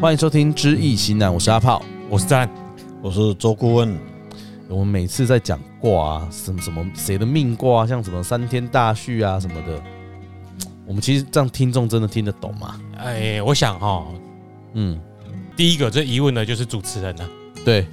欢迎收听《知易行难》，我是阿炮。我是赞，我是周顾问，我们每次在讲卦啊，什么什么谁的命卦啊，像什么三天大序啊什么的，我们其实这样听众真的听得懂吗？哎，我想哈，嗯，第一个最疑问的就是主持人了、啊，对，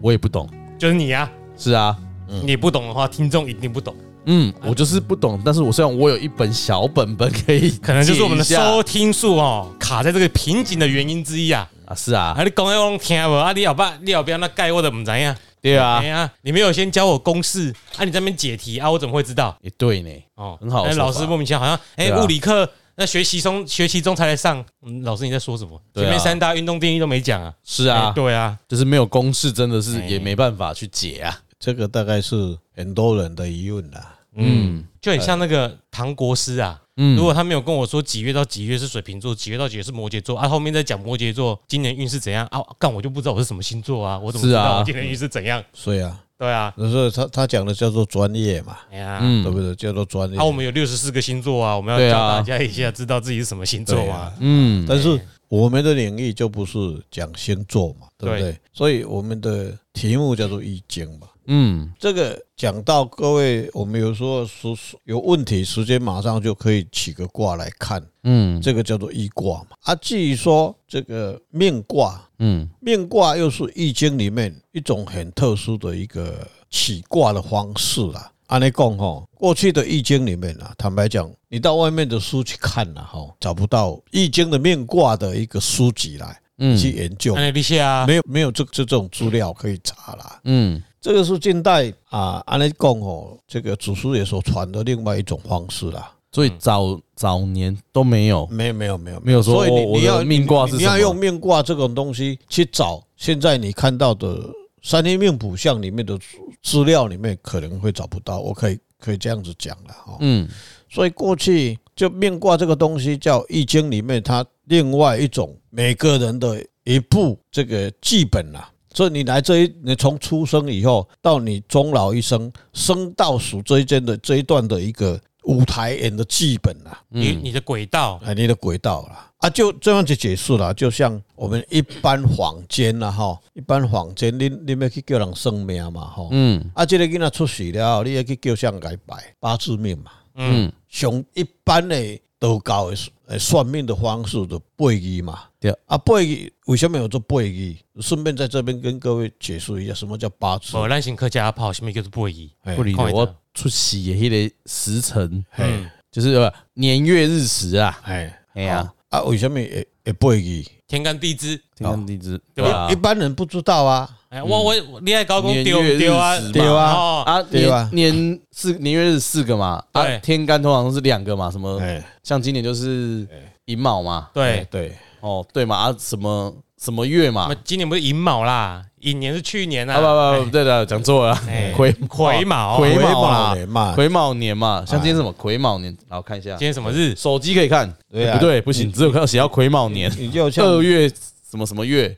我也不懂。就是你啊，是啊，嗯你不懂的话，听众一定不懂，嗯，我就是不懂，但是我虽然我有一本小本本可以借一下， 可能就是我们的收听数哦卡在这个瓶颈的原因之一啊。啊，是啊啊，，你讲要拢听无啊？你要不你要不要那盖我的唔知样？对啊哎，呀，你没有先教我公式啊？你在那边解题啊？我怎么会知道？也对呢，哦，很好的哎说法老师莫名其妙好像哎对，啊物理课那学习中学习中才来上，嗯，老师你在说什么？对啊前面三大运动定义都没讲啊。是啊哎，对啊，就是没有公式，真的是哎也没办法去解啊。这个大概是很多人的疑问啦。嗯就很像那个唐国师啊，嗯，如果他没有跟我说几月到几月是水瓶座，几月到几月是摩羯座啊，后面再讲摩羯座今年运势怎样啊，干我就不知道我是什么星座啊，我怎么知是啊道我今年运势怎样？所以啊，对啊，所以他他讲的叫做专业嘛，哎呀，嗯对不对？叫做专业啊，。我们有六十四个星座啊，我们对要啊教大家一下知道自己是什么星座啊嘛。嗯但是我们的领域就不是讲星座嘛，对不对？所以我们的题目叫做易经嘛。嗯这个讲到各位，我们有时候时有问题，时间马上就可以起个卦来看，嗯这个叫做易卦嘛。啊，至于说这个命卦，嗯命卦又是易经里面一种很特殊的一个起卦的方式啦。按你讲哈，过去的易经里面啊，坦白讲，你到外面的书去看了、哈，找不到易经的命卦的一个书籍来嗯去研究，那立夏啊，没有没有这这种资料可以查啦。嗯这个是近代啊，按你讲哦，这个祖师爷所传的另外一种方式啦。所以早早年都没有，没有没有没有没有说所以我你我你的要命卦是你什么要用命卦这种东西去找现在你看到的三天命谱相里面的资资料里面可能会找不到，我可以可以这样子讲了哈。嗯所以过去就命卦这个东西叫易经里面它另外一种每个人的一部这个剧本啦、所以你来这一，你从出生以后到你终老一生，生到死这一间的这一段的一个舞台演的剧本啊。嗯你你的轨道，哎，你的轨道啦，啊，就这样就解释了。就像我们一般坊间啦，哈，一般坊间，你你要去叫人算命嘛，哈，嗯啊，这个囡仔出事了后，你要去叫谁来拜八字命嘛，嗯，嗯，上一般的道教的呃算命的方式就八字嘛，对啊，八字为什么有这八字？顺便在这边跟各位解释一下，什么叫八字？我烂型客啊家炮，下面就是不一，哎哦不理看的一下我出席的迄个时辰，哎嗯就是呃年月日时啊，哎，哎呀，啊，为什么会会八字？天干地支，天干地支对吧一般人不知道啊，哎，我我我你爱高嗯工年丢月日丢啊时嘛对啊哦，啊，对吧年年四年月日四个嘛，啊对，天干通常都是两个嘛，什么哎，像今年就是寅卯嘛，对，对，哦对嘛，啊什么什么月嘛那，今年不是寅卯啦，寅年是去年啊啊，不不不对的，讲错了啊哎，癸癸卯，癸卯嘛啦，嘛，癸卯年嘛，像今天什么癸卯年，然后看一下今，天什么日？手机可以看，对啊哎不对不行，只有看到写到癸卯年， 你就像二月什么什么月，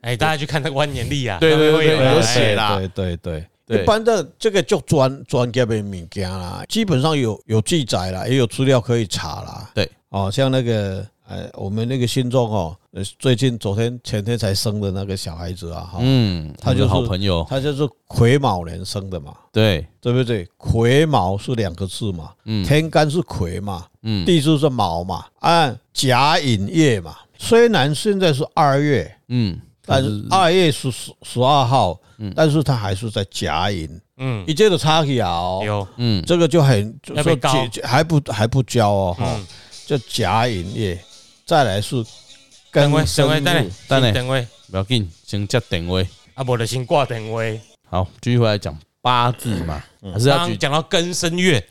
哎，大家去看那个万年历啊，对对对上面会有有哎写啦对对对对一般的这个就专专业的物件啦，基本上有有记载啦，也有资料可以查啦。对，哦，像那个呃，我们那个信众哦，呃最近昨天前天才生的那个小孩子啊，哈、嗯，他就是我们的好朋友，他就是癸卯年生的嘛，对，对不对？癸卯是两个字嘛，嗯天干是癸嘛，嗯地支是卯嘛，按甲寅月嘛。虽然现在是二月，嗯，但是二月十十十二号，但是他还是在甲寅，嗯，一切都差起来哦，有，嗯这个就很就要被说告解还不还不交哦，哈，嗯，叫甲寅夜，再来是等位等庚位等申日位，等下等位，不要紧，先接定位。啊，我的先挂等位。好，继续回来讲八字嘛，嗯还是要刚举刚讲到庚申月，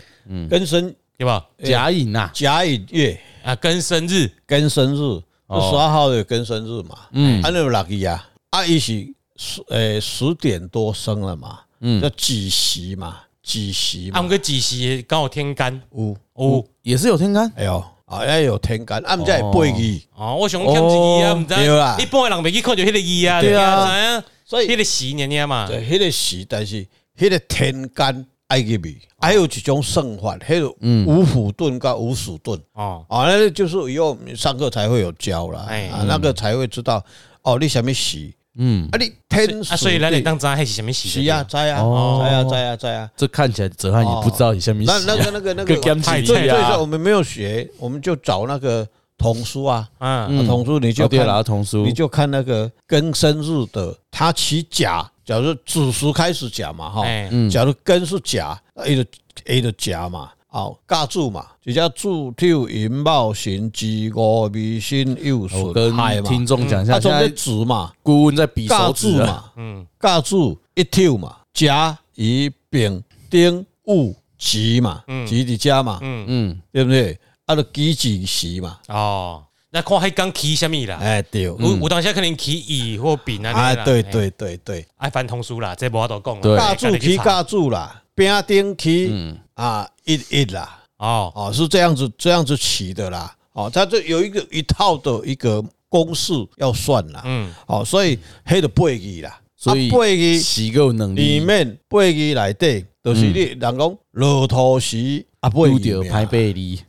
庚申对吧？甲乙呐？甲寅夜，啊，庚申日，庚申日，十哦二号有庚申日嘛，嗯安有六个啊，啊伊是十呃十点多生了嘛，嗯叫，己时嘛，己时啊，我嘛们，个几时刚好天干有哦也是有天干，哎呦，啊要有天干，啊毋才会背字。哦，我想看一个啊，哦唔知对啦一般的人没去看就迄个一啊，对啊你知道吗，所以迄个时年年嘛，对，迄个时，但是迄个天干埃及米，哦还有一种算法，还有嗯五虎盾跟五鼠盾哦，啊，那就是以后上课才会有教啦，哎啊，那个才会知道哦，你什么喜嗯，啊，你天啊，所以咱得当知迄是什么时喜啊，摘啊，哦摘啊，摘啊，摘啊。这看起来泽汉也不知道你下面那啊那个那个那个，更干净最一最点啊早我们没有学，我们就找那个童书啊，嗯，啊童书你就哦就对了，看，童书你就看那个庚申日的，它起甲，假如子时开始甲嘛哈，哎，嗯假如庚是甲，一就一就甲嘛，哦，甲柱嘛，就叫柱跳寅卯辰巳午未申酉我戌哦跟亥嘛，听众讲一它下，从现个在子嘛，顾问在比甲手柱指啊，嘛，嗯，甲柱一跳嘛，甲乙丙丁戊己嘛，己伫家嘛，嗯，对不对？啊，就己己时嘛，哦，那看迄刚起什么啦？哎嗯对，有有当下可能起乙或丙啊，啊那嗯啦对，哎对对对，哎，翻通书啦，这无法度讲啦对嗯甲柱起，甲柱啦，丙丁起啊一一啦。哦，哦，是这样子这样子起的啦。哦，它这有一个一套的一个公式要算啦。嗯，哦，所以黑的背义啦，所以啊、背义洗够能里力，面背义来底，嗯就是你人讲落土时啊背不义掉命拍，背离，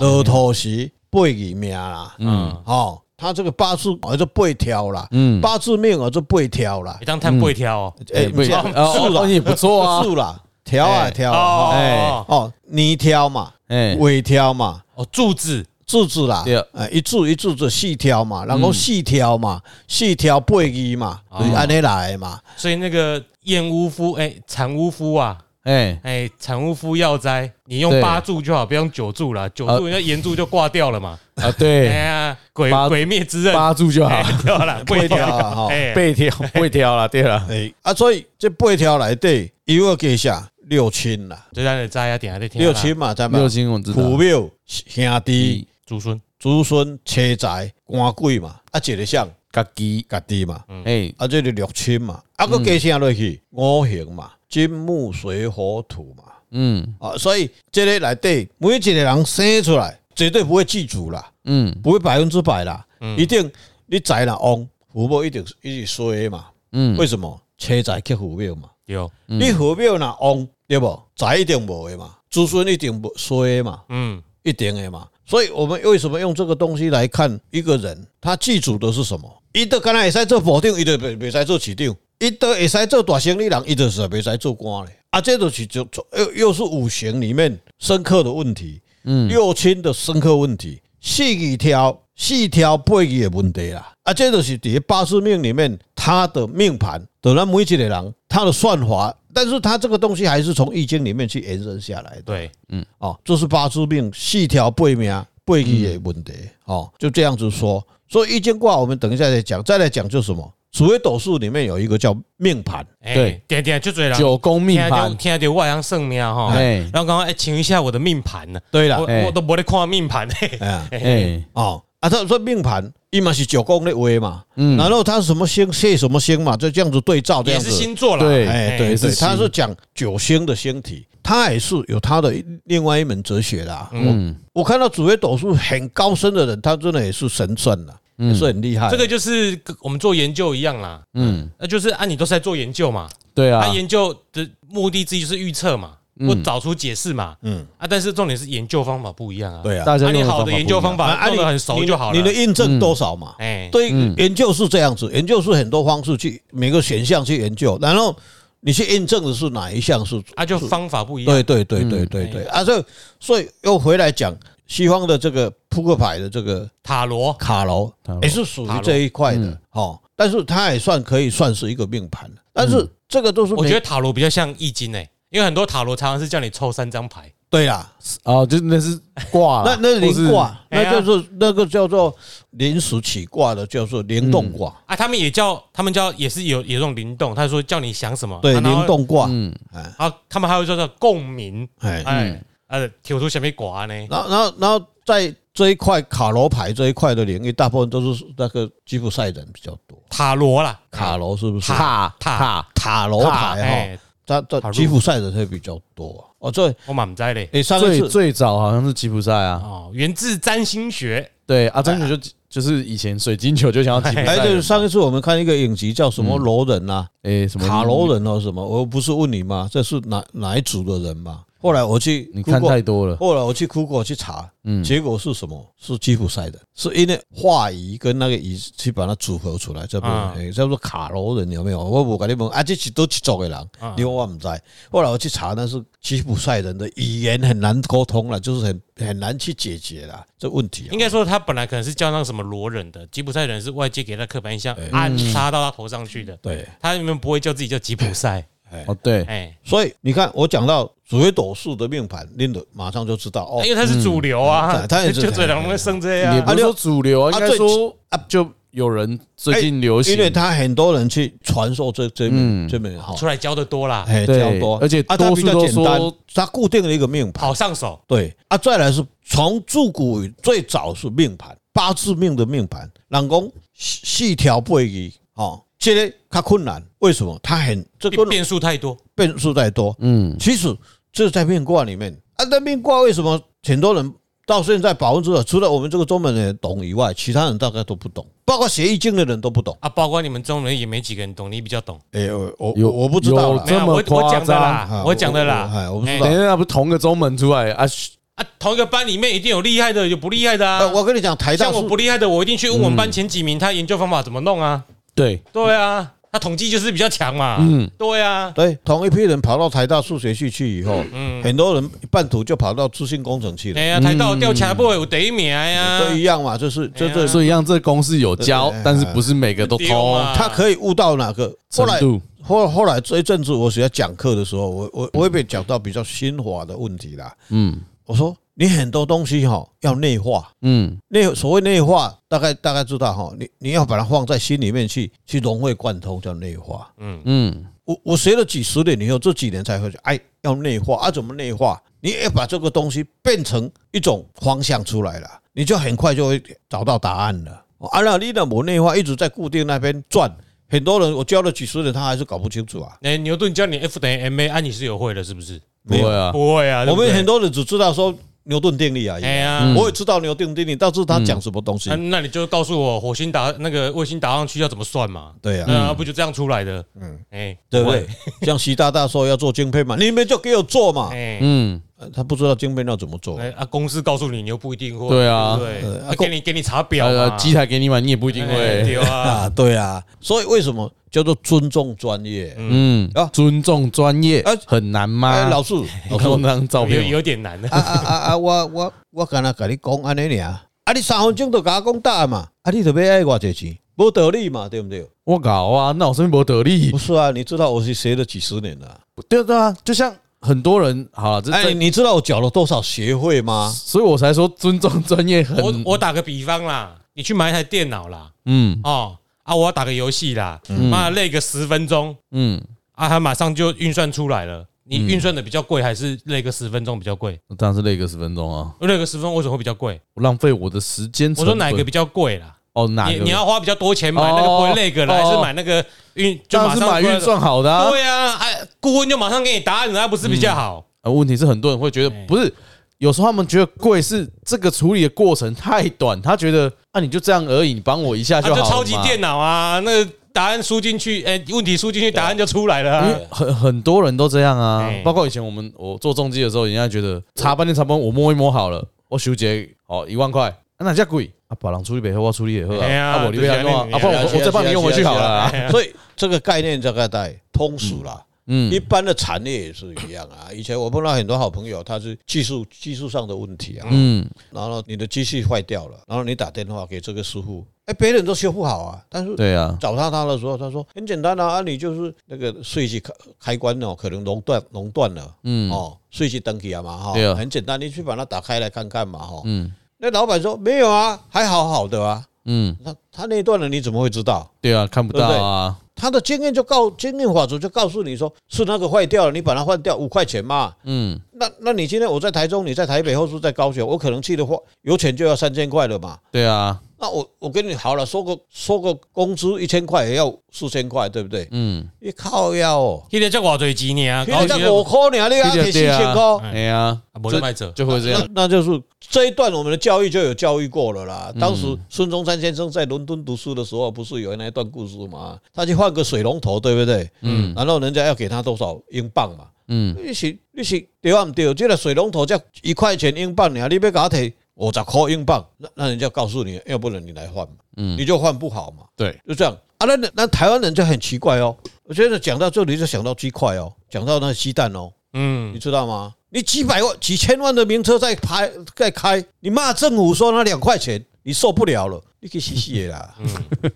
落土时背义命啦。嗯，哦，他这个八字而就背条啦，嗯，八字命而就背条啦会。当探不会挑哦，哎，不不是是啊哦是哦啦，也不错啊是啦，条啊哎条啊。哦哦哦，泥条嘛，哎，尾条嘛，哦，柱子，柱子啦对，嗯呃，一柱一柱子细条嘛，然后细条嘛，细条背衣嘛，哦就是安尼来的嘛。所以那个燕屋夫，哎，产屋夫啊，哎，哎，产屋夫要摘，你用对八柱就好，不用九柱啦，九柱人家岩柱就挂掉了嘛。啊哎 对，呀，鬼八鬼灭之刃，八住就好哎，掉 了，不不会会掉挑哦啊哈哎，背挑不会挑了，对了，哎，啊，所以这八条来对，一个给下啊六亲啦，就咱的摘啊，点下再听啦。 六亲嘛，咱六们亲我知道，嗯父母兄弟、祖孙，子孙、妻财、官贵嘛，啊，一个像家己，家己嘛，嗯哎，啊，这就六亲嘛，啊，个加啥落去五行嘛，金木水火土嘛，嗯啊，所以这个来对，每一个人生出来绝对不会记住啦。嗯不会百分之百啦，一定你财啦旺，父母一定一定衰嘛。嗯，为什么？车财克父母嘛，有，嗯你父母若旺对不？财一定无的嘛，子孙一定无衰嘛，嗯，一定的嘛。所以我们为什么用这个东西来看一个人，他记住的是什么？伊都敢若会使做保定，伊都袂袂使做市长，伊都会使做大生意人，伊就是袂使做官咧。啊，这就是就就又又是五行里面深刻的问题。嗯六亲的深刻问题，四二条、四条八义的问题啦。啊，这就是伫八字命里面，他的命盘，当然每一个人他的算法，但是他这个东西还是从易经里面去延伸下来的。对，哦，这是八字命四条八命八义的问题。哦，就这样子说。所以易经卦我们等一下再讲，再来讲就是什么？紫微斗数里面有一个叫命盘，哎对，点点就最人九宫命听到盘，听到我好像算命哈，哎然后刚刚哎，请问一下我的命盘呢？对啦我，哎我都没得看命盘，哎呀。哎，哦，啊，他说命盘，伊嘛是九宫的位嘛，嗯然后他什么星泄什么星嘛，就这样子对照哦这也样是子，星座啦，对哎，对也是对，星他是讲九星的星体，他也是有他的另外一门哲学啦。嗯我看到紫微斗数很高深的人，他真的也是神算啦，也是很厉害。这个就是跟我们做研究一样啦，嗯，那就是啊，你都是在做研究嘛，对啊啊，，研究的目的之一就是预测嘛，嗯或找出解释嘛，嗯，啊，但是重点是研究方法不一样啊，，对啊，大家啊，用你的好方法的研究方不法啊你弄得很熟哎你就好了，你的印证多少嘛？哎，对嗯，研究是这样子，研究是很多方式去每个选项去研究，然后你去印证的是哪一项是啊，就方法不一样对，对对对对对啊！所以所以又回来讲西方的这个扑克牌的这个塔罗，卡哦楼塔罗哎也是属于这一块的哦，但是它也算可以算是一个命盘，但是这个都是我觉每得塔罗比较像易经诶，因为很多塔罗常常是叫你抽三张牌，对啦，哦，就那是挂那啦， 那或是灵卦，啊哎呀那就是那个叫做临时起卦的，叫做灵动卦，啊，他们也叫他们叫也是有有这种灵动，他说叫你想什么，对，啊灵，动卦，嗯哎然后啊，他们还会叫做共鸣，哎，哎，呃，挑出什么卦呢？然后然后然后在这一块卡罗牌这一块的领域，大部分都是那个吉普赛人比较多，塔罗啦，卡罗是不是？塔塔塔，塔罗牌哈，哎，它的吉普赛人会比较多哦。这我满在嘞，诶，上一最次最早好像是吉普赛啊，哦，源自占星学，对，阿张九就就是以前水晶球就想要吉普赛哎，人对，嘛上一次我们看一个影集叫什么罗人啊，哎嗯什么卡罗人哦什么，我不是问你吗？这是哪哪一组的人嘛？后来我去你看 Google，太多了，后来我去 Google 去查，嗯，结果是什么？是吉普赛人，是因为话语跟那个语去把它组合出来，这不啊诶叫做卡罗人有没有？我我跟你问啊，这是都几族的人啊，因为我唔知。后来我去查，那是吉普赛人的语言很难沟通了，就是很很难去解决了这问题啊应。该说他本来可能是叫那个什么罗人的，吉普赛人是外界给他刻板印象安插到他头上去的，对，他们不会叫自己叫吉普赛，哦对，哎，所以你看，我讲到紫微斗数的命盘，你都马上就知道哦哎因。为他是主流啊，嗯他也是就嘴人会生这样也不啊，是说主流啊，啊应对该说就有人最近流行，因为他很多人去传授这这嗯门这门哈哦出，来教的多啦，哎，对较多，而且啊，他多比数较都简单说，他固定了一个命盘。好上手，对啊，再来是从自古最早是命盘，八字命的命盘，人讲四四条八义哦，这个较困难，为什么？它很这个变数太多，变数太多。嗯，其实这在命卦里面啊，在命卦为什么很多人到现在百分之百，除了我们这个中文人懂以外，其他人大概都不懂，包括学易经的人都不懂。啊，包括你们中人也没几个人懂，你比较懂。哎、我我有我我不知道啦有没有，我这么我讲的夸啦啊，我讲的啦。哎，我不知道等。一下不同个中门出来啊，嘘啊，同一个班里面一定有厉害的，有不厉害的呃啊。我跟你讲，台大像是我不厉害的，我一定去问我们班前几名，他研究方法怎么弄啊？嗯对，对啊，他统计就是比较强嘛。嗯对啊，对同一批人跑到台大数学系去以后，嗯，很多人半途就跑到资讯工程去了哎，呀，台到调查部有第一名哎啊呀，都一样嘛，就是就对是所以让这公司有教对，但是不是每个都对通嘛他可以悟到哪个。后程来度，后后来这一阵子，我学讲课的时候，我我我也被讲到比较心法的问题啦。嗯我说你很多东西哈要内化，嗯，内所谓内化，大概大概知道哈，你你要把它放在心里面去去融会贯通，叫内化。嗯，嗯，我我学了几十年以后，这几年才会说，哎，要内化啊，怎么内化？你也把这个东西变成一种方向出来了，你就很快就会找到答案了。哦啊，那你那不内化，一直在固定那边转，很多人我教了几十年，他还是搞不清楚啊。哎，牛顿教你 F 等于 ma，啊，你是有会的，是不是？不会啊，不会啊，我们很多多人只知道说牛顿定律而已哎，呀，嗯我也知道牛顿定律，但是他讲什么东西啊？那你就告诉我火星打那个卫星打上去要怎么算嘛？ 对呀、那不就这样出来的？嗯，哎，嗯对不对？像习大大说要做晶片嘛，你们就给我做嘛，哎，嗯，呃他不知道晶片要怎么做。哎啊，公司告诉你，你又不一定会。对啊对不对，呃啊啊给你给你查表呃嘛，机台给你买，你也不一定哎会，对啊啊，，对啊，所以为什么叫做尊重专业？嗯啊，尊重专业啊很难哎，吗？老 师，你看我那张 照有片吗，有点难的啊。啊啊啊！我我我刚才跟你讲安尼尔，啊你三分钟就甲我讲答案嘛，啊你就要爱偌济钱，无道理嘛，对不对？我搞啊，那我身边没得力不，是啊，你知道我是学了几十年了、对啊对啊，就像很多人好了，这哎，这，你知道我缴了多少学费吗？所以我才说尊重专业很，我我打个比方啦，你去买一台电脑啦，嗯哦啊，我要打个游戏啦，妈累个十分钟嗯，啊，它马上就运算出来了。你运算的比较贵，还是累个十分钟比较贵？我当然是累个十分钟啊，累个十分钟为什么会比较贵？我浪费我的时间成我本。说哪个比较贵啦？哦哪你个？你要花比较多钱买那个不会累个啦，哦还是买那个运就当然马是上买出来运的？算好的啊。对啊，哎，顾问就马上给你答案了，那不是比较好？啊问题是很多人会觉得不是，有时候他们觉得贵是这个处理的过程太短，他觉得啊你就这样而已，你帮我一下他好啊就了嘛。超级电脑啊，那个答案输进去，哎，问题输进去，答案就出来了因啊。为很很多人都这样啊哎，包括以前我们我做重机的时候，人家觉得擦半天擦半，我摸一摸好了，我修杰哦一万块，啊哪家贵啊？把人处理北后，我处理北后啊，哎呀啊我你不要弄啊，啊就是这样不然是啊我我再帮你用回去好了啊。所以这个概念大概在通俗啦。一嗯般的产业也是一样啊。以前我碰到很多好朋友，他是技术技术上的问题啊，嗯，然后你的机器坏掉了，然后你打电话给这个师傅，哎，别人都修不好啊，但是对啊，找到他的时候，他说很简单啊，啊你就是那个税机开开关哦，可能熔断熔断了，嗯哦，税机登记啊嘛哈，对啊很简单，你去把它打开来看看嘛哈。嗯那老板说没有啊，还好好的啊，嗯，那他那一段呢你怎么会知道？对啊，看不到啊，他的经验就告经验法则就告诉你说是那个坏掉了，你把它换掉五块钱嘛。嗯那那你今天我在台中，你在台北，或是在高雄，我可能去的话，油钱就要三千块了嘛。对啊，那我我跟你好了，收个收个工资一千块也要四千块，对不对？嗯，你靠呀哦，迄个才偌侪啊钱呢，现在搞五块呢，你还对得啊对四千啊块，哎呀，无就卖者，就会这样那，那就是这一段我们的教育就有教育过了啦。当时嗯孙中山先生在伦敦读书的时候，不是有那一段故事吗？他去换个水龙头，对不对？嗯然后人家要给他多少英镑嘛？嗯，你是你是对啊？唔对，这个水龙头才一块钱英镑尔，你要搞提五十块英镑，那那人家告诉你，要不然你来换嘛，嗯你就换不好嘛，对，就这样啊。那那台湾人就很奇怪哦，我觉得讲到这里就想到鸡块哦，讲到那鸡蛋哦，你嗯，知道吗？你几百万、几千万的名车在拍在开，你骂政府说那两块钱，你受不了了，你去洗洗的 嗯啦，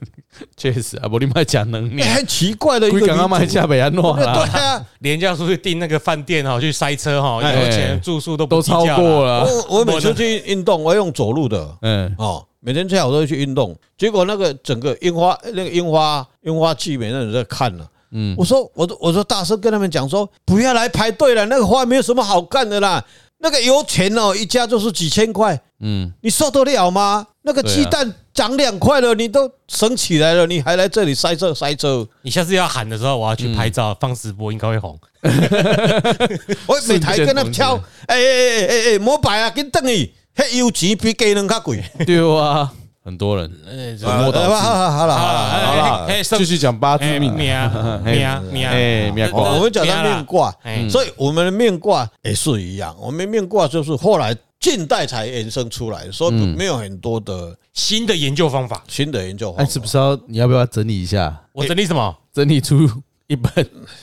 确实啊，不你卖假能你哎力，很奇怪的一龟个港要啊卖民族。价北安诺对啦， 啊，廉价出去订那个饭店哈，去塞车哈，哎油钱住宿都不都计超较啦过，了，我我每次去运动，我用走路的。嗯，哦，每天下午都会去运动，结果那个整个樱花那个樱花樱花季，每个人在看呢、嗯嗯，我说我都我说大声跟他们讲说，不要来排队了，那个花没有什么好看的啦，那个油钱哦，一家就是几千块，嗯，你受得了吗？那个鸡蛋涨两块了，你都省起来了，你还来这里塞车塞车？你下次要喊的时候，我要去拍照放直播，应该会红。我每台跟他们敲瞬，哎哎哎哎哎，莫摆啊，跟等你，迄油钱比鸡卵较贵。对啊，很多人哎，本末倒置好了好了啊好了好了好了。啊哎，继续讲八字命啊，命啊命啊命啊！哎命卦哦我们讲到命卦哎，所以我们的命卦也是一样。我们命卦就是后来近代才延伸出来，所以嗯没有很多的新的研究方法，新的研究方哎，法。是不是要你要不要整理一下，我整理什么？整理出一本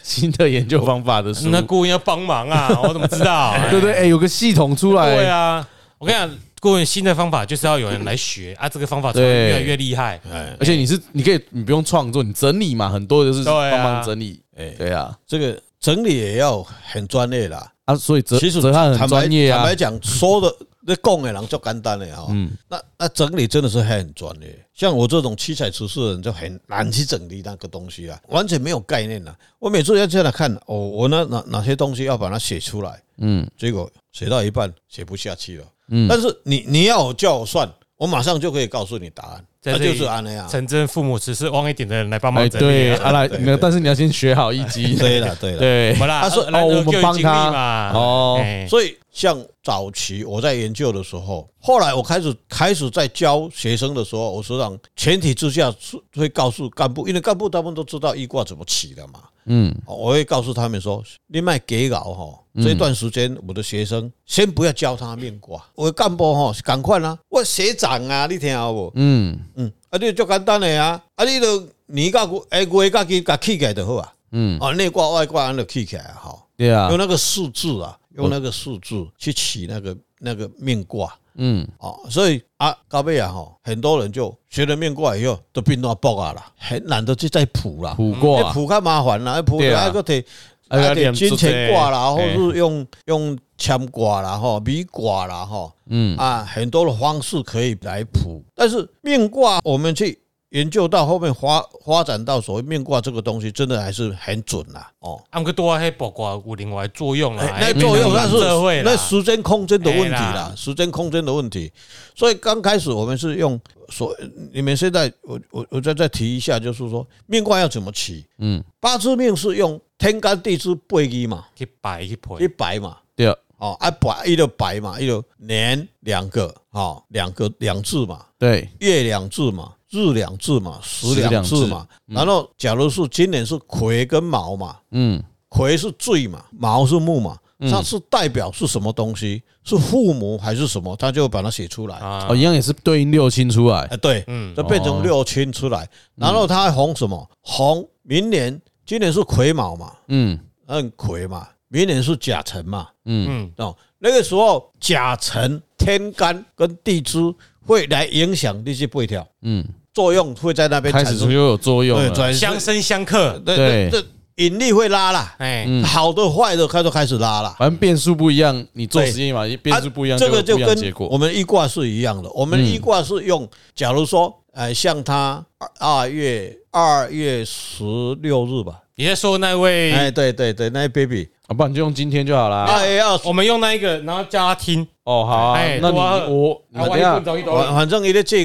新的研究方法的书，那顾问要帮忙 啊，我怎么知道？哎对不对？哎，有个系统出来，对啊，我跟你讲，顾问新的方法就是要有人来学啊，这个方法才会对越来越厉害。哎，而且你是你可以，你不用创作，你整理嘛，很多就是对啊帮忙整理。哎对啊，这个整理也要很专业啦。啊，所以泽其实泽汉很坦白专业坦啊白，讲，说的那讲的人就简单了哈。嗯那那整理真的是很专业，像我这种七彩厨师的人就很难去整理那个东西啊，完全没有概念啊。我每次要这样看，哦，我那哪哪些东西要把它写出来。嗯结果写到一半写不下去了。嗯但是你你要我叫我算，我马上就可以告诉你答案，在那这里就是安那样。陈真父母只是旺一点的人来帮忙哎，整理对，啊。阿来，对那对但是你要先学好易经， 对了对了，对好，啦，他说呃哦那我们就有帮经历他嘛。哦哎所以像早期我在研究的时候，后来我开始开始在教学生的时候，我说让前提之下是会告诉干部，因为干部他们都知道易卦怎么起的嘛。嗯哦我会告诉他们说，你卖给稿哈，嗯这段时间我的学生先不要教他命卦，我的干部哈赶快啦，我学长啊，你听好不？嗯嗯，啊，你足简单诶啊，啊，你就年哎甲下月甲去甲起起来就好啊，嗯，哦，内挂外挂安就起起来吼，对啊用，那个数字啊，用那个数字去起那个那个命卦嗯哦，所以啊，高尾啊吼，很多人就学了命卦以后都变到爆啊啦，很懒得去再卜啦，卜卦那卜较麻烦啦，卜啊对啊还个得还要还得啊念哎金钱卦啦，出或这个是用用签卦啦吼，米卦啦吼。嗯啊，很多的方式可以来卜，但是命卦我们去研究到后面发发展到所谓命卦这个东西，真的还是很准啦、哦。俺们多黑卜卦有另外作用啦，哎那作用那社会是啦那时间空间的问题哎啦啦，时间空间的问题。所以刚开始我们是用所，你们现在我我我再再提一下，就是说命卦要怎么起？嗯，八字命是用天干地支背一嘛，去摆去陪一，百嘛，对啊哦，啊白一个白嘛，一个年两个哦，两个两字嘛，对，月两制嘛，日两制嘛，时两嗯制嘛。然后，假如是今年是癸跟卯嘛，嗯癸是最嘛，卯是木嘛，它是代表是什么东西？是父母还是什么？他就会把它写出来。啊哦，一样也是对应六亲出来，哎，对，嗯就变成六亲出来。然后他还红什么？红明年，今年是癸卯嘛，嗯嗯，癸嘛，明年是甲辰嘛，嗯嗯，哦，那个时候甲辰、天干跟地支会来影响那些背条。嗯，作用会在那边开产始生就有作用对，了，转相生相克，对对对对，引力会拉啦，哎，嗯好的坏的它就开始拉啦。啊反正变数不一样，你做实验嘛，变数不一样，这个就就有不一样跟的结果我，们易卦是一样的。我们易卦是用，假如嗯说，呃，像他二月二月十六日吧，你在说那位，哎，对对对，那 baby 啊，不然就用今天就好啦。二月二十，我们用那一个，然后叫他听，哦，好啊哎，那你对啊我你啊，等万一一下不。走一反走，反正一个这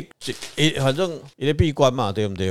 一，反正一个闭关嘛，对不对？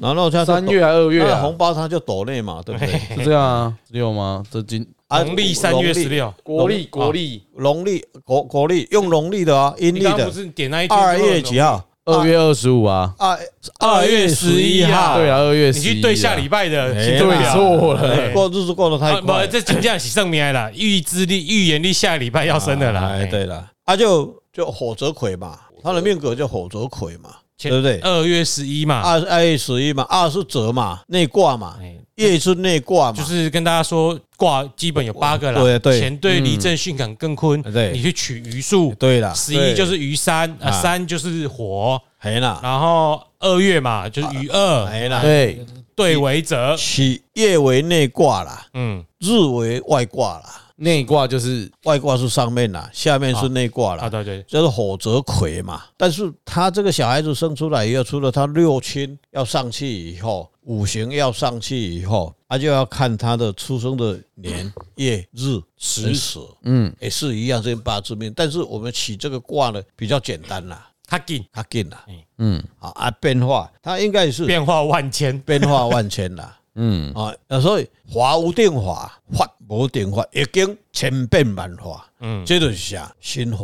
然后他就嗯三月还二月那啊？ 红包他就抖内嘛，对不对？是这样啊？只有吗？这今啊农历三月农历十六，农国历国历，农历国国历用农历的啊，阴你历刚刚的不。是点那一天二之后月几？号？二月二十五啊，二二月十一号。对啊，啊，二月你十一啊。去对下礼拜的哎行程对表错了，对过日子过得太啊，不快，，这请假是上面了，预知力、预言力下礼拜要生的啦。哎，对了，啊就就火泽魁嘛，他的命格叫火泽魁嘛，前对不对？啊二月十一嘛，二二月十一嘛，二是泽嘛，内卦嘛，哎月是内卦嘛，就是跟大家说卦基本有八个啦。对对乾兑离震巽坎艮坤，对你去取余数，对了，十一就是对余三啊，啊三就是火，嘿啦，然后二月嘛就是余二，嘿啦，对，啊对为泽，起月为内卦啦，嗯，日为外卦啦，内卦就是外卦是上面啦，下面是内卦啊啦。对对，就是火泽魁嘛，但是他这个小孩子生出来以后，除了他六亲要上去以后，五行要上去以后，他就要看他的出生的年月日时时，嗯，也是一样这八字命。但是我们起这个卦呢，比较简单啦，他进它近啦，嗯啊啊变化，它应该是变化万千，变化万千啦。嗯，啊，那所以法无定法，法无定法，易经千变万化，嗯，这就是啥心法。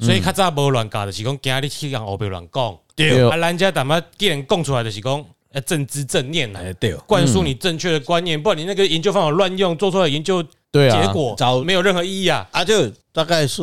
所以较早无乱搞，就是讲今日去人后边乱讲，对啊，咱家淡薄既然讲出来就是讲要正知正念啦，哎，对，灌输你正确的观念，不然你那个研究方法乱用，做出来的研究对啊，结果早没有任何意义啊。啊，就大概是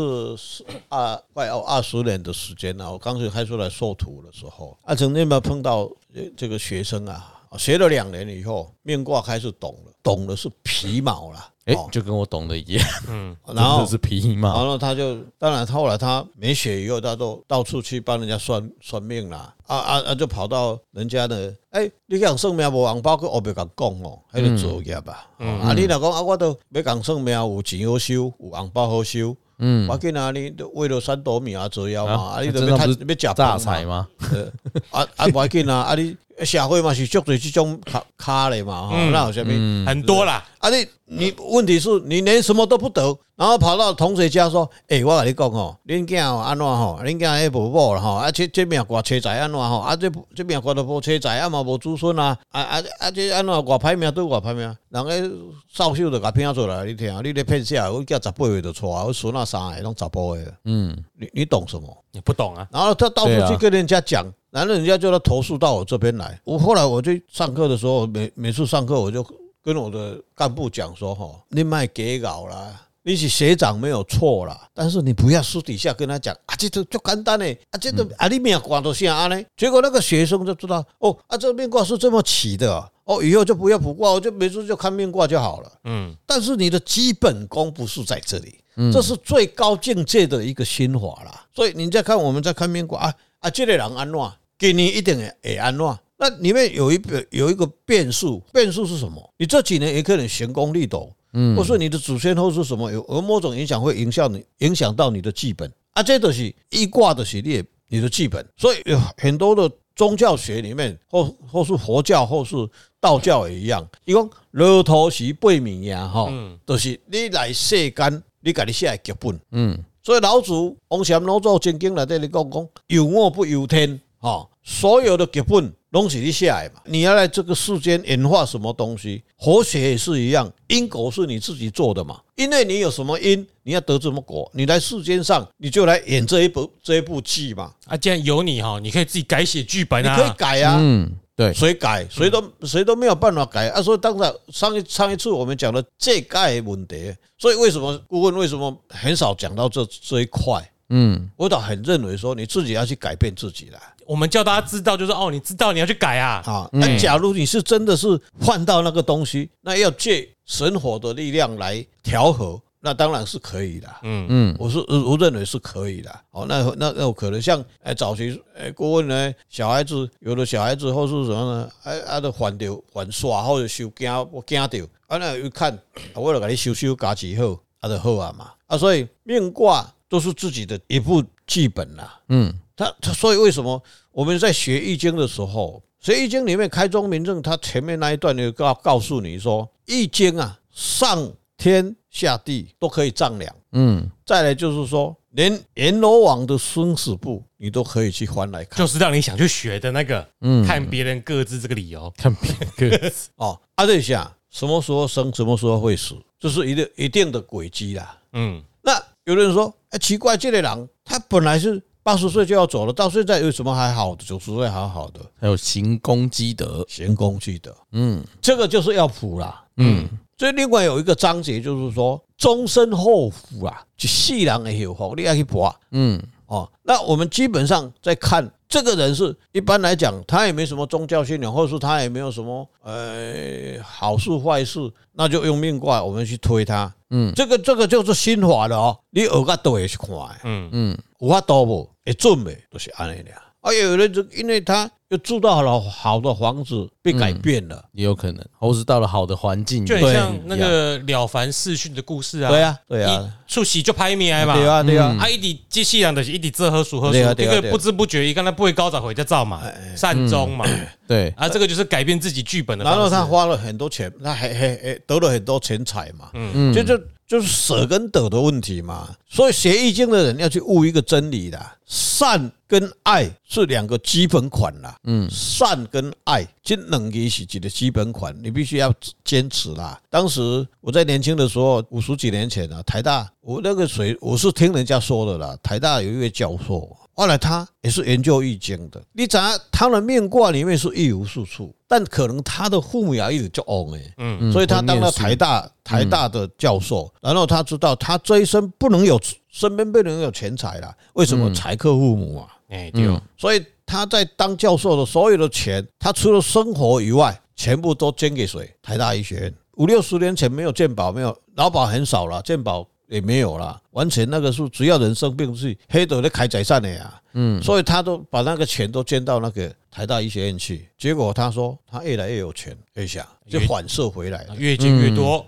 啊，快要二十年的时间了。啊我刚才开出来授徒的时候，啊，曾经嘛碰到呃这个学生啊，学了两年以后，面卦开始懂了，懂的是皮毛了。哎哦，就跟我懂的一样，嗯，然真 后的是皮啊然嘛，后他就，当然他后来他没血以后，他都到处去帮人家算算命啦，啊啊啊，就跑到人家的，哎、你讲算命无红包，佮我袂讲讲哦，迄个作业吧。嗯啊，你若讲啊，我都要讲算命，有钱好收，有红包好收，嗯，我见啊，你都为了三斗米啊折腰嘛，啊，你这都张要不看是要假榨财吗？呃啊啊，我见啊，啊你社会嘛是足侪这种卡卡的嘛，吼，嗯那有啥物？很多啦，啊你，你问题是你连什么都不得，然后跑到同学家说：“诶、我跟你讲吼，恁囝吼安怎吼，恁囝迄无某啦吼，啊这这命挂车仔安怎吼，啊这这命挂都无车仔，啊嘛无子孙啊，啊啊啊这安怎偌歹命对偌歹命，人个扫帚就甲拼出来，你听，你咧骗啥？我囝十八岁就娶，我孙啊三个拢十八岁了，嗯，你你懂什么？你不懂啊。然后他到对处啊去跟人家讲，然后人家就要投诉到我这边来。我后来我去上课的时候，每每次上课我就跟我的干部讲说：“哈，你卖给搞啦。”你是学长没有错啦，但是你不要私底下跟他讲啊，这都就简单嘞，啊，这都啊你命挂都像安呢。结果那个学生就知道哦，啊这命卦是这么起的啊、哦，以后就不要卜卦，我就没事就看命卦就好了。嗯，但是你的基本功不是在这里，这是最高境界的一个心法啦。所以你在看我们在看面馆啊啊，这类、人安怎，给你一定会会安怎。那里面有一个有一个变数，变数是什么？你这几年也可能闲功立斗，嗯，或者说你的祖先后是什么，有有某种影响会影响你，影响到你的剧本啊，这都是一卦的系列，你的剧本。所以有呃很多的宗教学里面，或或是佛教，或是道教也一样，伊讲落土时背面呀，吼，就是你来世间，你家己写的剧本。嗯，所以老子王禅老祖真经内底咧讲讲，由我不由天，哈、所有的剧本拢是你写的嘛。你要在这个世间演化什么东西，活血也是一样，因果是你自己做的嘛。因为你有什么因，你要得什么果，你来世间上你就来演这一部这一部剧嘛，啊，既然有你哈，你可以自己改写剧本你可以啊。改啊。嗯，对，谁改，谁都谁都没有办法改啊！所以当然上一上一次我们讲了这盖问题，所以为什么顾问为什么很少讲到这这一块？嗯，我倒很认为说你自己要去改变自己啦我们叫大家知道，就是哦，你知道你要去改啊。啊！那假如你是真的是换到那个东西，那要借神火的力量来调和，那当然是可以的。嗯，嗯，我是呃我认为是可以的。哦，那那那我可能像哎早期哎顾问呢，小孩子有的小孩子或是什么呢，哎啊都反掉反刷或者收惊我惊掉，啊那一看，啊我就给你修修加几好，啊就好啊嘛。啊所以命卦都是自己的一部剧本啦。嗯，他他所以为什么我们在学易经的时候，学易经里面开宗明正，他前面那一段就告告诉你说，易经啊上天下地都可以丈量。嗯，再来就是说，连阎罗王的生死簿你都可以去翻来看就是让你想去学的那个，嗯看别人各自这个理由。看别个，哦。啊，这下什么时候生，什么时候会死，这是一定一定的轨迹啦。嗯，那有人说，哎、奇怪，这类人他本来是八十岁就要走了，到现在有什么还好的？九十岁还好的，还有行功积德，闲工具的，嗯，这个就是要补啦，嗯。所以另外有一个章节就是说，终身后福啊，就世人的后福，你要去补啊，嗯，哦，那我们基本上在看这个人是一般来讲，他也没什么宗教信仰，或者是他也没有什么呃好事坏事，那就用命卦我们去推他。嗯，这个这个就是心法了哦，你耳个多也去看的。嗯嗯，有法多不？会准的，都是安尼的。啊，有的就因为他又住到了好的房子，被改变了。也有可能，或是到了好的环境，就很对像那个了凡四训的故事啊，啊对，啊，对一啊，出席就拍命嘛，对啊，对啊。啊，一直机器人就是一直这喝数喝数，对啊因对啊为对啊哎嗯不知不觉，伊刚才不会高早回家照嘛，善终嘛，对，啊，这个就是改变自己剧本的然后方式。他花了很多钱，他还还还得了很多钱财嘛，嗯，这就就是舍跟得的问题嘛。所以学易经的人要去悟一个真理的，善跟爱是两个基本款啦，嗯，善跟爱这两个是几的基本款，你必须要坚持啦。当时我在年轻的时候，五十几年前啊，台大我那个谁，我是听人家说的啦，台大有一位教授。后来他也是研究易经的，你咋他的命卦里面是一无是处，但可能他的父母啊一直就哦哎，嗯所以他当会念了书嗯台大台大的教授，然后他知道他这一生不能有身边不能有钱财啦，为什嗯么财克父母啊？哎，对哦，所以他在当教授的所有的钱，他除了生活以外，全部都捐给谁？台大医学院。五六十年前没有健保，没有劳保很少了，健保也没有了，完全那个是只要人生病是黑的在开宰善的呀。嗯，所以他都把那个钱都捐到那个台大医学院去，结果他说他越来越有钱，越想就反射回来了。越进越多。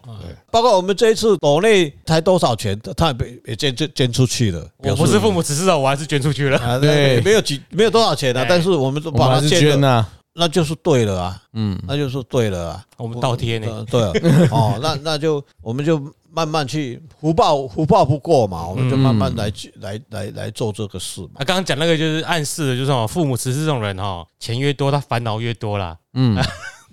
包括我们这一次岛内才多少钱，他他也被也捐捐捐出去了。我不是父母，只是我还是捐出去了。啊，对对，没有几没有多少钱啊哎，但是我们都我们把还它是建了捐啊，那就是对了啊，嗯，那就是对了啊， 我们倒贴呢，呃 对啊哦，那那就我们就慢慢去福报福报不过嗯嘛，我们就慢慢来去来来来做这个事嘛啊，，刚刚讲那个就是暗示的，就是哦，父母只是这种人哈，钱越多，他烦恼越多啦。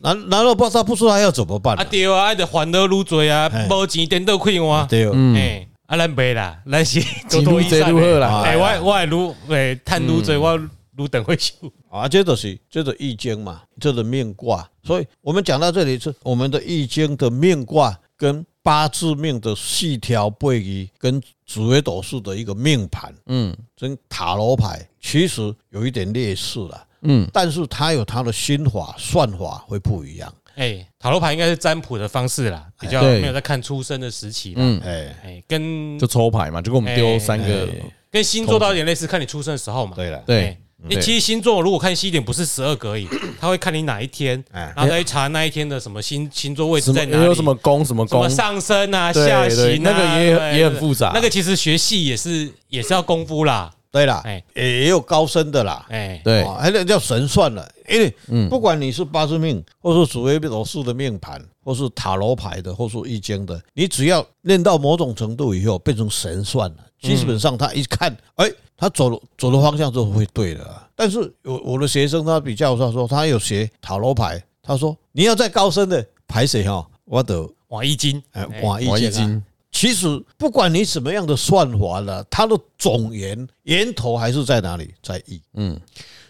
难难道不他不知道要怎么办啊啊？对啊，爱得还得愈多啊哎，无钱颠倒快活。对嗯哦，哎，啊咱袂啦，咱是多多益钱愈善多愈好啦的。哎，我我愈哎赚愈多，我愈等会修。啊，这就是这个易经嘛，这个命卦，所以我们讲到这里是我们的易经的命卦跟八字命的细条背仪跟紫微斗数的一个命盘，嗯跟塔罗牌其实有一点劣势了。嗯，但是他有他的心法、算法会不一样。 哎，塔罗牌应该是占卜的方式啦，比较对没有在看出生的时期啦。嗯哎，哎，跟就抽牌嘛，就给我们丢三个，跟星座倒有点类似，看你出生的时候嘛。对了，对，嗯你哎其实星座如果看西点不是十 二格而已，他会看你哪一天，哎然后再去查那一天的什么星星座位置什么在哪也有里，什么宫什么什么宫，上升啊、对下对行啊，那个也对也很复杂那个其实学戏也是也是要功夫啦，对了，哎也有高深的啦。哎，对哦，还有叫神算了，因为不管你是八字命，或是紫微斗数的命盘，或是塔罗牌的，或是易经的，你只要练到某种程度以后，变成神算了，基本上他一看，哎，他走的走的方向就会对了啊。但是有我的学生，他比较他说他有学塔罗牌，他说你要再高深的牌谁哈，我得哇一斤，哎哎换我易已经啊。经其实不管你什么样的算法了，它的总源源头还是在哪里，在易。嗯，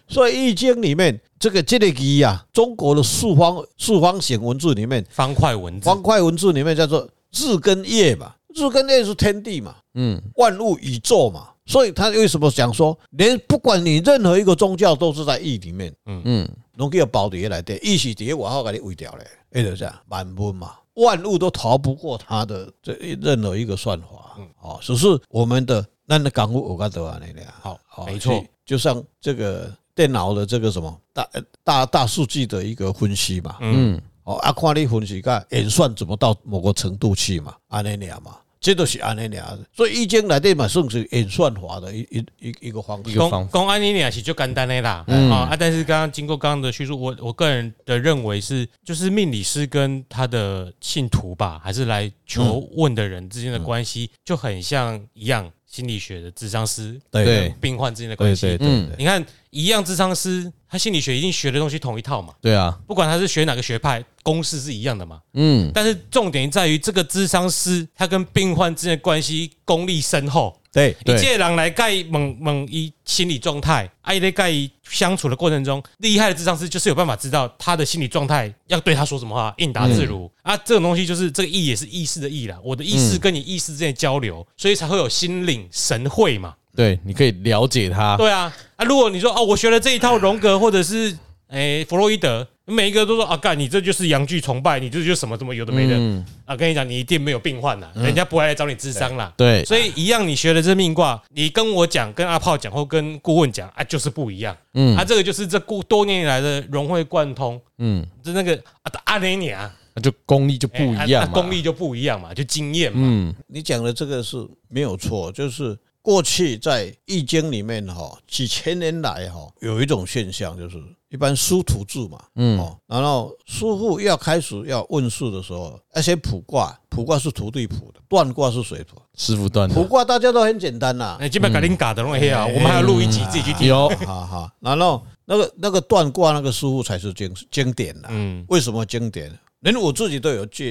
所以《易经》里面这个这个易啊，中国的四方四方形文字里面，方块文字，方块文字里面叫做日跟月嘛，日跟月是天地嘛，嗯，万物宇宙嘛。所以他为什么讲说，连不管你任何一个宗教都是在易里面，嗯嗯，拢叫包伫内底，易是伫我后给你毁掉嘞，哎，就是这样万物嘛，万物都逃不过他的这任何一个算法，嗯哦，只是我们的咱的港务我跟得安尼啊俩，好好没错，所以就像这个电脑的这个什么大大大数据的一个分析嘛，嗯，哦，啊，看你分析个演算怎么到某个程度去嘛，安尼俩嘛，这都是安尼俩，所以易经来对嘛，算是演算法的一一一一个方一式。个方公法，公安尼俩其实就简单的啦，嗯啊啊，但是刚刚经过刚刚的叙述，我我个人的认为是，就是命理师跟他嗯的信徒吧，还是来求问的人之间的关系，就很像一样，心理学的智商师对病患之间的关对系对。对嗯对，你看，一样智商师，他心理学一定学的东西同一套嘛，对啊，不管他是学哪个学派，公式是一样的嘛。嗯，但是重点在于这个智商师他跟病患之间的关系功力深厚。对一对介人来盖猛猛一心理状态，啊，伊在盖相处的过程中，厉害的智商师就是有办法知道他的心理状态，要对他说什么话，应答自如、嗯啊。这种东西就是这个意也是意识的意啦，啊我的意识跟你意识之间的交流，所以才会有心领神会嘛。对，你可以了解他， 对啊，啊，如果你说哦，我学了这一套荣格或者是诶、弗洛伊德，每一个都说啊，干你这就是洋剧崇拜，你这就是什么什么有的没的、嗯，啊，跟你讲，你一定没有病患啦，人家不会来找你智商啦。对，所以一样，你学的这命卦，你跟我讲、跟阿炮讲或跟顾问讲啊，就是不一样。嗯啊，这个就是这过多年以来的融会贯通，嗯，就那个啊阿雷尼啊，那就功力就不哎一样啊嘛，啊功力就不一样嘛，就经验嘛。嗯，你讲的这个是没有错，就是过去在《易经》里面哈，几千年来哈，有一种现象就是一般书土制嘛，嗯，哦，然后师傅要开始要问世的时候，那些卜卦，卜卦是土地卜的，断卦是水卜，师傅断卜的，卦大家都很简单啦、哎那基本上给你嘎的东西嗯啊，我们还要录一集自己去听。有，哈哈，然后那个那个断卦那个师傅才是经经典呐、嗯，为什么经典？连我自己都有借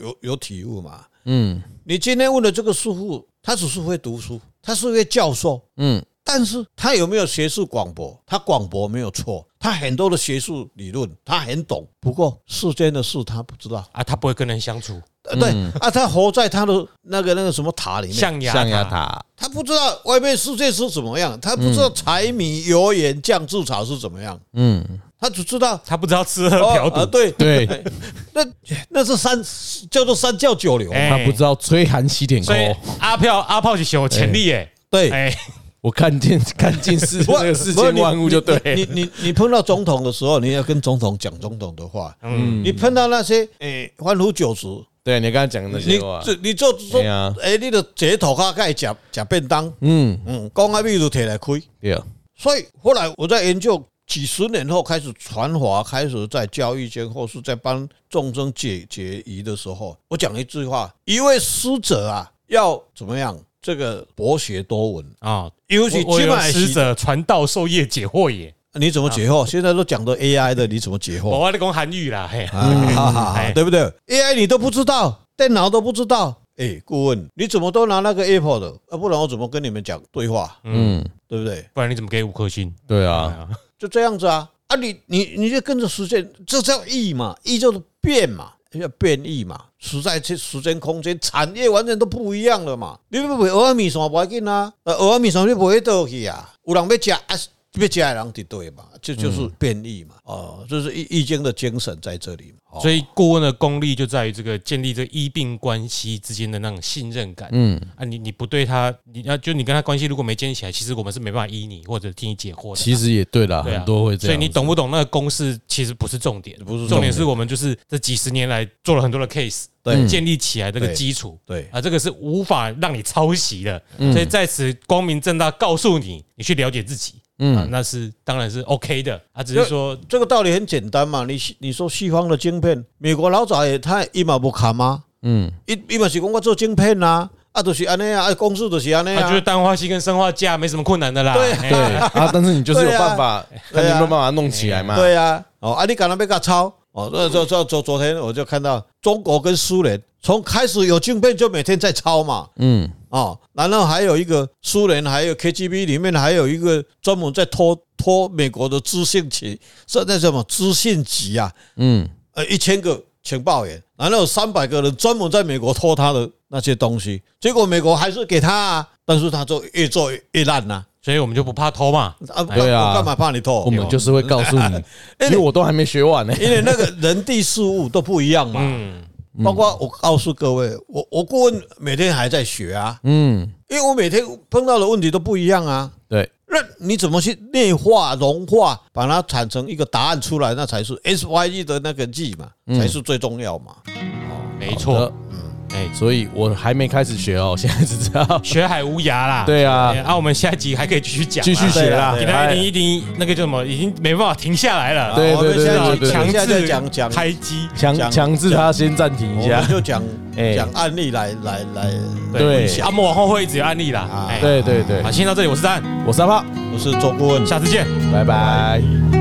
有有体悟嘛。嗯你今天问的这个师傅，他只是会读书，他是位教授，嗯，但是他有没有学术广博？他广博没有错，他很多的学术理论他很懂。不过世间的事他不知道，啊，他不会跟人相处，呃对啊，他活在他的那个那个什么塔里面，象牙象牙，塔，他不知道外面世界是怎么样，他不知道柴米油盐酱醋茶是怎么样，嗯，他只知道他不知道吃喝哦嫖啊，赌，对，对，那那是三叫做三教九流，哎他不知道吹寒西点所以空，阿票阿炮是有潜力耶。对。哎，我看见 看尽世不那个世间万物就对了，你你你你碰到总统的时候，你要跟总统讲总统的话。嗯，你碰到那些诶欢呼九十，对你刚刚讲的那你些话，这你做做哎呀诶，你的这头啊壳盖吃吃便当，嗯，嗯，讲啊，比如摕来开。对，啊所以后来我在研究，几十年后开始传法，开始在教育间或是在帮众生解决疑的时候，我讲了一句话：一位师者啊，要怎么样？这个博学多闻，啊，尤其我我起有码师是者传道授业解惑也。你怎么解惑？现在都讲的 AI 的，你怎么解惑？我在讲韩语啦，嘿，哦啊，对不对？AI 你都不知道，电脑都不知道。哎，顾问，你怎么都拿那个 Apple 的？啊，不然我怎么跟你们讲对话？嗯，对不对？不然你怎么给五颗星？对啊，啊，就这样子啊啊！你你你就跟着实践，这叫易嘛，易就是变嘛，要变易嘛。实在这时间、空间、产业完全都不一样了嘛。你要卖蚵仔面线不要紧啊，呃，蚵仔面线你不会倒去啊。有人要吃啊，要吃的人就对嘛，这就是变易嘛。哦，这是易易经的精神在这里嘛。哦所以顾问的功力就在于这个建立这个医病关系之间的那种信任感。嗯，啊，你你不对他，你要就你跟他关系如果没建立起来，其实我们是没办法医你或者替你解惑的。其实也对啦，对啊很多会这所以样，你懂不懂那个公式，其实不是重点，不是重重点点是我们就是这几十年来做了很多的 case，对建立起来这个对基础。对啊，这个是无法让你抄袭的，嗯所以在此光明正大告诉你，你去了解自己，嗯，啊、那是当然是 OK 的，啊，只是说这个道理很简单嘛，你西你说西方的晶片，美国老早也他也嘛不砍吗？嗯，伊伊嘛是讲我做晶片呐、啊，啊就是安尼啊，啊公司就是安尼啊，就是啊，氮化锡跟生化镓没什么困难的啦。对哎对啊，但是你就是有办法，看对啊你有没有办法弄起来嘛，对啊，哦啊你敢那被他抄？哦，这这这昨昨天我就看到中国跟苏联从开始有晶片就每天在抄嘛，嗯，哦，然后还有一个苏联，还有 KGB 里面还有一个专门在拖拖美国的资讯局，是那什么资讯局啊，嗯，呃一千个情报员，然后有三百个人专门在美国偷他的那些东西，结果美国还是给他啊，但是他就越做越越烂呐、所以我们就不怕偷嘛。啊，对啊我干嘛怕你我偷？们就是会告诉 你，哎因为我都还没学完呢，因为那个人地事物都不一样嘛，嗯，包括我告诉各位，我我顾问每天还在学啊，嗯，因为我每天碰到的问题都不一样啊。对，那你怎么去内化、融化，把它产生一个答案出嗯来，那才是 S Y E 的那个 G 嘛，才是最重要嘛。没好错的。哎，所以我还没开始学哦， 现在只知道学海无涯啦。对啊哎，啊，我们下一集还可以继续讲啊，继续对学啦啦。对给哎他一零一零那个叫什么，已经没办法停下来了。对好我们对对现在对对强现在在制讲讲开机，强讲强制他先暂停一我下们。就讲哎讲案例来来来，对阿莫啊往后会一直有案例啦啊。哎对对对好，，先到这里，我是丹，我是阿炮，我是周顾问。下次见。拜拜。